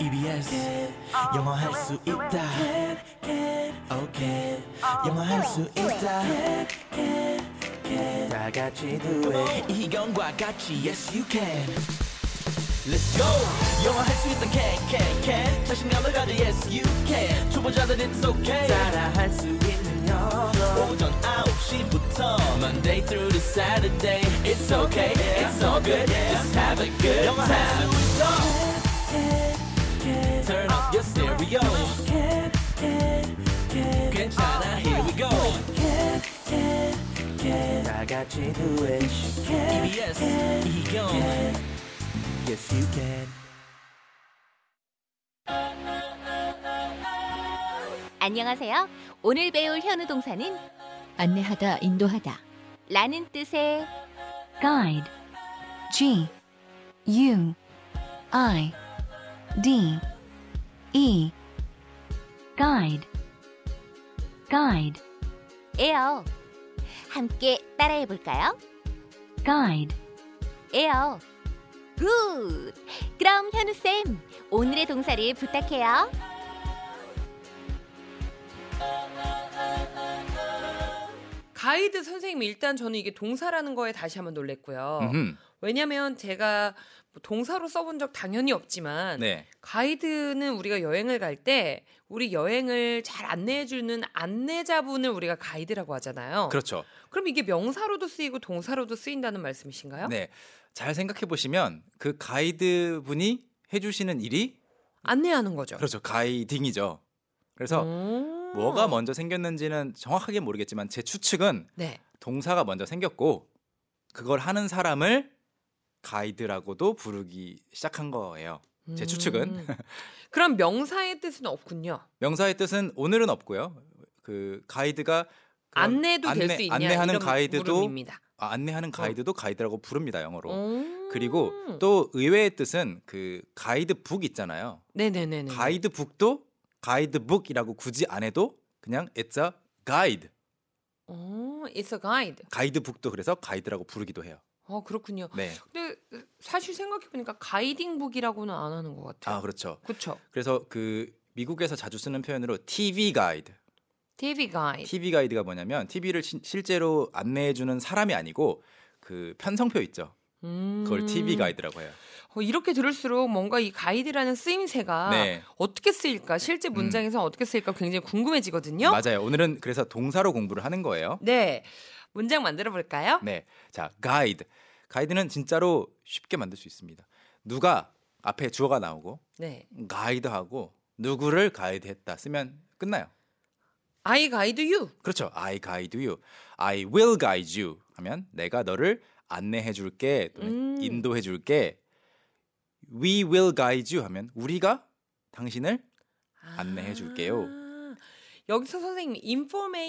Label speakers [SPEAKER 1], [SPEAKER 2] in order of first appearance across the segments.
[SPEAKER 1] EBS 영어 할 수 있다 오케이 영어 할 수 있다 다 같이 do it 이희경과 같이 yes you can Let's go 영어 할 수 있다 can can can 자신감을 가져 yes you can 초보자들 it's okay 따라 할 수 있는 영어 오전 9시부터 Monday through to Saturday It's okay it's all good just have a good time 영어 할수 있어 Turn up your stereo. 괜찮아, here we go. 다 같이 do it. EBS, 이경. Yes, you can.
[SPEAKER 2] 안녕하세요. 오늘 배울 현우 동사는
[SPEAKER 3] 안내하다, 인도하다.
[SPEAKER 2] 라는 뜻의
[SPEAKER 3] guide G U I D E guide guide
[SPEAKER 2] 에요. 함께 따라해 볼까요?
[SPEAKER 3] guide
[SPEAKER 2] 에요. 굿. 그럼 현우 쌤, 오늘의 동사를 부탁해요.
[SPEAKER 4] 가이드 선생님 일단 저는 이게 동사라는 거에 다시 한번 놀랬고요.
[SPEAKER 5] 음흠.
[SPEAKER 4] 왜냐면 제가 뭐 동사로 써본 적 당연히 없지만
[SPEAKER 5] 네.
[SPEAKER 4] 가이드는 우리가 여행을 갈 때 우리 여행을 잘 안내해 주는 안내자분을 우리가 가이드라고 하잖아요.
[SPEAKER 5] 그렇죠.
[SPEAKER 4] 럼 이게 명사로도 쓰이고 동사로도 쓰인다는 말씀이신가요?
[SPEAKER 5] 네. 잘 생각해 보시면 그 가이드 분이 해주시는 일이
[SPEAKER 4] 안내하는 거죠.
[SPEAKER 5] 그렇죠. 가이딩이죠. 그래서
[SPEAKER 4] 음. 오.
[SPEAKER 5] 뭐가 먼저 생겼는지는 정확하게 모르겠지만 제 추측은
[SPEAKER 4] 네.
[SPEAKER 5] 동사가 먼저 생겼고 그걸 하는 사람을 가이드라고도 부르기 시작한 거예요. 제
[SPEAKER 4] 음.
[SPEAKER 5] 추측은.
[SPEAKER 4] 그럼 명사의 뜻은 없군요.
[SPEAKER 5] 명사의 뜻은 오늘은 없고요. 그 가이드가 그런
[SPEAKER 4] 안내도 될 수 있냐
[SPEAKER 5] 안내하는
[SPEAKER 4] 이런
[SPEAKER 5] 가이드도
[SPEAKER 4] 물음입니다.
[SPEAKER 5] 아, 안내하는 가이드도 가이드라고 부릅니다 영어로.
[SPEAKER 4] 오.
[SPEAKER 5] 그리고
[SPEAKER 4] 음.
[SPEAKER 5] 또 의외의 뜻은 그 가이드북 있잖아요.
[SPEAKER 4] 네네네네.
[SPEAKER 5] 가이드북도 가이드북이라고 굳이 안 해도 그냥 it's a guide.
[SPEAKER 4] 어, it's a guide.
[SPEAKER 5] 가이드북도 그래서 가이드라고 부르기도 해요.
[SPEAKER 4] 어 그렇군요.
[SPEAKER 5] 네.
[SPEAKER 4] 근데 사실 생각해 보니까 가이딩 북이라고는 안 하는 것 같아요.
[SPEAKER 5] 아, 그렇죠.
[SPEAKER 4] 그렇죠.
[SPEAKER 5] 그래서 그 미국에서 자주 쓰는 표현으로 TV 가이드.
[SPEAKER 4] TV 가이드.
[SPEAKER 5] TV 가이드가 뭐냐면 TV를 실제로 안내해 주는 사람이 아니고 그 편성표 있죠.
[SPEAKER 4] 음.
[SPEAKER 5] 그걸 TV 가이드라고 해요.
[SPEAKER 4] 어, 이렇게 들을수록 뭔가 이 가이드라는 쓰임새가
[SPEAKER 5] 네. 음.
[SPEAKER 4] 어떻게 쓰일까, 실제 문장에서 어떻게 쓰일까 굉장히 궁금해지거든요.
[SPEAKER 5] 맞아요. 오늘은 그래서 동사로 공부를 하는 거예요.
[SPEAKER 4] 네. 문장 만들어 볼까요?
[SPEAKER 5] 네. 자, 가이드. 가이드는 진짜로 쉽게 만들 수 있습니다. 누가 앞에 주어가 나오고
[SPEAKER 4] 네.
[SPEAKER 5] 가이드하고 누구를 가이드했다 쓰면 끝나요.
[SPEAKER 4] I guide you.
[SPEAKER 5] 그렇죠. I guide you. I will guide you 하면 내가 너를 안내해 줄게 또는
[SPEAKER 4] 음.
[SPEAKER 5] 인도해 줄게. We will guide you 하면 우리가 당신을 안내해 줄게요.
[SPEAKER 4] 아, 여기서 선생님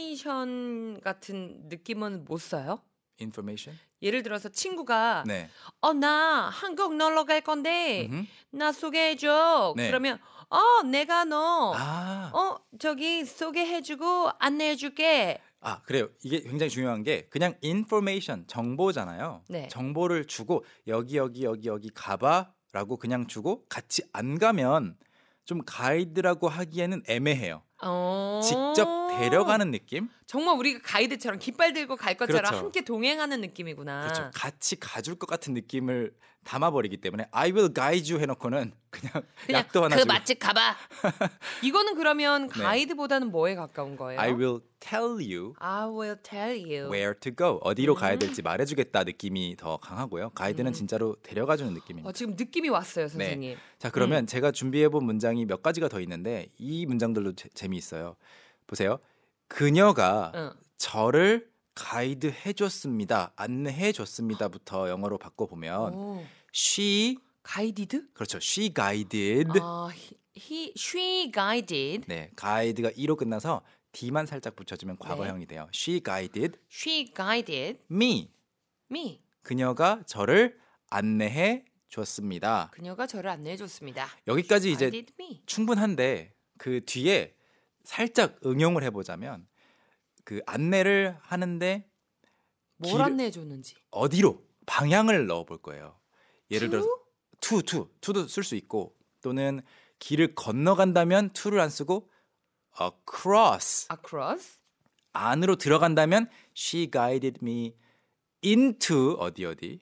[SPEAKER 4] 인포메이션 같은 느낌은 못 써요?
[SPEAKER 5] information.
[SPEAKER 4] 예를 들어서 친구가
[SPEAKER 5] 네.
[SPEAKER 4] 어 나 한국 놀러 갈 건데
[SPEAKER 5] 음흠.
[SPEAKER 4] 나 소개해줘.
[SPEAKER 5] 네.
[SPEAKER 4] 그러면 어 내가 너
[SPEAKER 5] 아.
[SPEAKER 4] 어, 저기 소개해주고 안내해줄게.
[SPEAKER 5] 아 그래요 이게 굉장히 중요한 게 그냥 information 정보잖아요
[SPEAKER 4] 네.
[SPEAKER 5] 정보를 주고 여기 여기 여기 여기 가봐라고 그냥 주고 같이 안 가면 좀 가이드라고 하기에는 애매해요
[SPEAKER 4] 어.
[SPEAKER 5] 직접 데려가는 느낌
[SPEAKER 4] 정말 우리가 가이드처럼 깃발 들고 갈 것처럼
[SPEAKER 5] 그렇죠.
[SPEAKER 4] 함께 동행하는 느낌이구나.
[SPEAKER 5] 그렇죠 같이 가줄 것 같은 느낌을 담아버리기 때문에 I will guide you 해놓고는 그냥,
[SPEAKER 4] 그냥
[SPEAKER 5] 약도 하나
[SPEAKER 4] 그
[SPEAKER 5] 주고
[SPEAKER 4] 맛집 가봐. 이거는 그러면
[SPEAKER 5] 네.
[SPEAKER 4] 가이드보다는 뭐에 가까운 거예요? 음.
[SPEAKER 5] I will tell you
[SPEAKER 4] I will tell you.
[SPEAKER 5] where to go 어디로
[SPEAKER 4] 음.
[SPEAKER 5] 가야 될지 말해주겠다 느낌이 더 강하고요 가이드는 진짜로 데려가주는 느낌입니다
[SPEAKER 4] 어, 지금 느낌이
[SPEAKER 5] 네.
[SPEAKER 4] 왔어요, 선생님.
[SPEAKER 5] 자 그러면
[SPEAKER 4] 음.
[SPEAKER 5] 제가 준비해본 문장이 몇 가지가 더 있는데 이 문장들도 재, 재미있어요. 보세요. 그녀가
[SPEAKER 4] 응.
[SPEAKER 5] 저를 가이드 해줬습니다. 안내해 줬습니다부터 영어로 바꿔 보면
[SPEAKER 4] 오,
[SPEAKER 5] she
[SPEAKER 4] 가이디드?
[SPEAKER 5] 그렇죠. she guided
[SPEAKER 4] 아, he, he, she guided.
[SPEAKER 5] 네 가이드가 e로 끝나서 d만 살짝 붙여주면
[SPEAKER 4] 네.
[SPEAKER 5] 과거형이 돼요. she guided
[SPEAKER 4] She guided
[SPEAKER 5] me
[SPEAKER 4] me.
[SPEAKER 5] 그녀가 저를 안내해 줬습니다.
[SPEAKER 4] 그녀가 저를 안내해줬습니다.
[SPEAKER 5] 여기까지 이제
[SPEAKER 4] guided me.
[SPEAKER 5] 충분한데 그 뒤에 살짝 응용을 해보자면 그 안내를 하는데
[SPEAKER 4] 뭘
[SPEAKER 5] 길-
[SPEAKER 4] 안내해줬는지.
[SPEAKER 5] 어디로 방향을 넣어볼 거예요. 예를
[SPEAKER 4] To?
[SPEAKER 5] 들어서 to to to도 쓸 수 있고 또는 길을 건너간다면 to를 안 쓰고 across
[SPEAKER 4] across
[SPEAKER 5] 안으로 들어간다면 she guided me into 어디 어디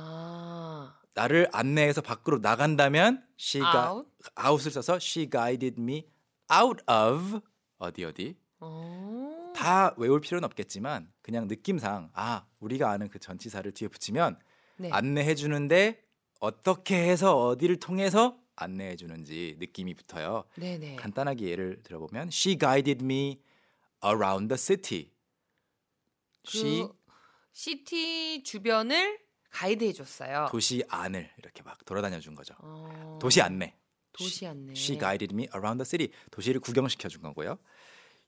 [SPEAKER 4] 아
[SPEAKER 5] 나를 안내해서 밖으로 나간다면 she가
[SPEAKER 4] Out.
[SPEAKER 5] out을 써서 she guided me out of 어디 어디
[SPEAKER 4] 어.
[SPEAKER 5] 다 외울 필요는 없겠지만 그냥 느낌상 아 우리가 아는 그 전치사를 뒤에 붙이면
[SPEAKER 4] 네.
[SPEAKER 5] 안내해 주는데 어떻게 해서 어디를 통해서 안내해 주는지 느낌이 붙어요.
[SPEAKER 4] 네네.
[SPEAKER 5] 간단하게 예를 들어보면 she guided me around the city. she
[SPEAKER 4] 그 시티 주변을 가이드 해줬어요.
[SPEAKER 5] 도시 안을 이렇게 막 돌아다녀 준 거죠.
[SPEAKER 4] 아. 어.
[SPEAKER 5] 도시 안내.
[SPEAKER 4] 도시 안내.
[SPEAKER 5] She guided me around the city. 도시를 구경시켜 준 거고요.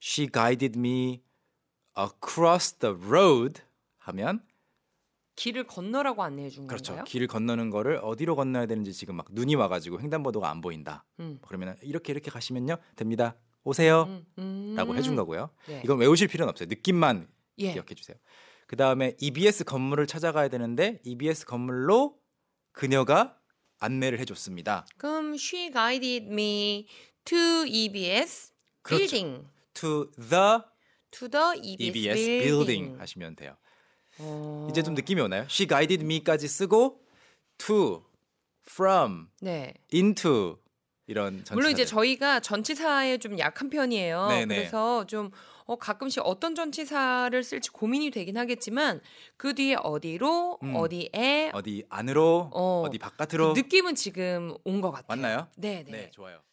[SPEAKER 5] She guided me across the road 하면
[SPEAKER 4] 길을 건너라고 안내해 준
[SPEAKER 5] 그렇죠.
[SPEAKER 4] 건가요?
[SPEAKER 5] 길을 건너는 거를 어디로 건너야 되는지 지금 막 눈이 와가지고 횡단보도가 안 보인다.
[SPEAKER 4] 음.
[SPEAKER 5] 그러면 이렇게 이렇게 가시면요 됩니다. 오세요.
[SPEAKER 4] 음, 음.
[SPEAKER 5] 라고 해준 거고요.
[SPEAKER 4] 네.
[SPEAKER 5] 이건 외우실 필요는 없어요. 느낌만
[SPEAKER 4] 예.
[SPEAKER 5] 기억해 주세요. 그 다음에 EBS 건물을 찾아가야 되는데 EBS 건물로 그녀가 안내를 해줬습니다.
[SPEAKER 4] 그럼 she guided me to EBS
[SPEAKER 5] 그렇죠.
[SPEAKER 4] building.
[SPEAKER 5] To the
[SPEAKER 4] To the E EBS,
[SPEAKER 5] EBS building 하시면 돼요.
[SPEAKER 4] 어.
[SPEAKER 5] 이제 좀 느낌이 오나요? She guided me까지 쓰고 to, from,
[SPEAKER 4] 네.
[SPEAKER 5] into 이런 전체
[SPEAKER 4] 물론 이제 저희가 전치사에 좀 약한 편이에요.
[SPEAKER 5] 네네.
[SPEAKER 4] 그래서 좀 어, 가끔씩 어떤 전치사를 쓸지 고민이 되긴 하겠지만 그 뒤에 어디로
[SPEAKER 5] 음.
[SPEAKER 4] 어디에
[SPEAKER 5] 어디 안으로
[SPEAKER 4] 어. 그
[SPEAKER 5] 어. 디 바깥으로
[SPEAKER 4] 느낌은 지금 온 것 같아요.
[SPEAKER 5] 맞나요?
[SPEAKER 4] 네네.
[SPEAKER 5] 네, 좋아요.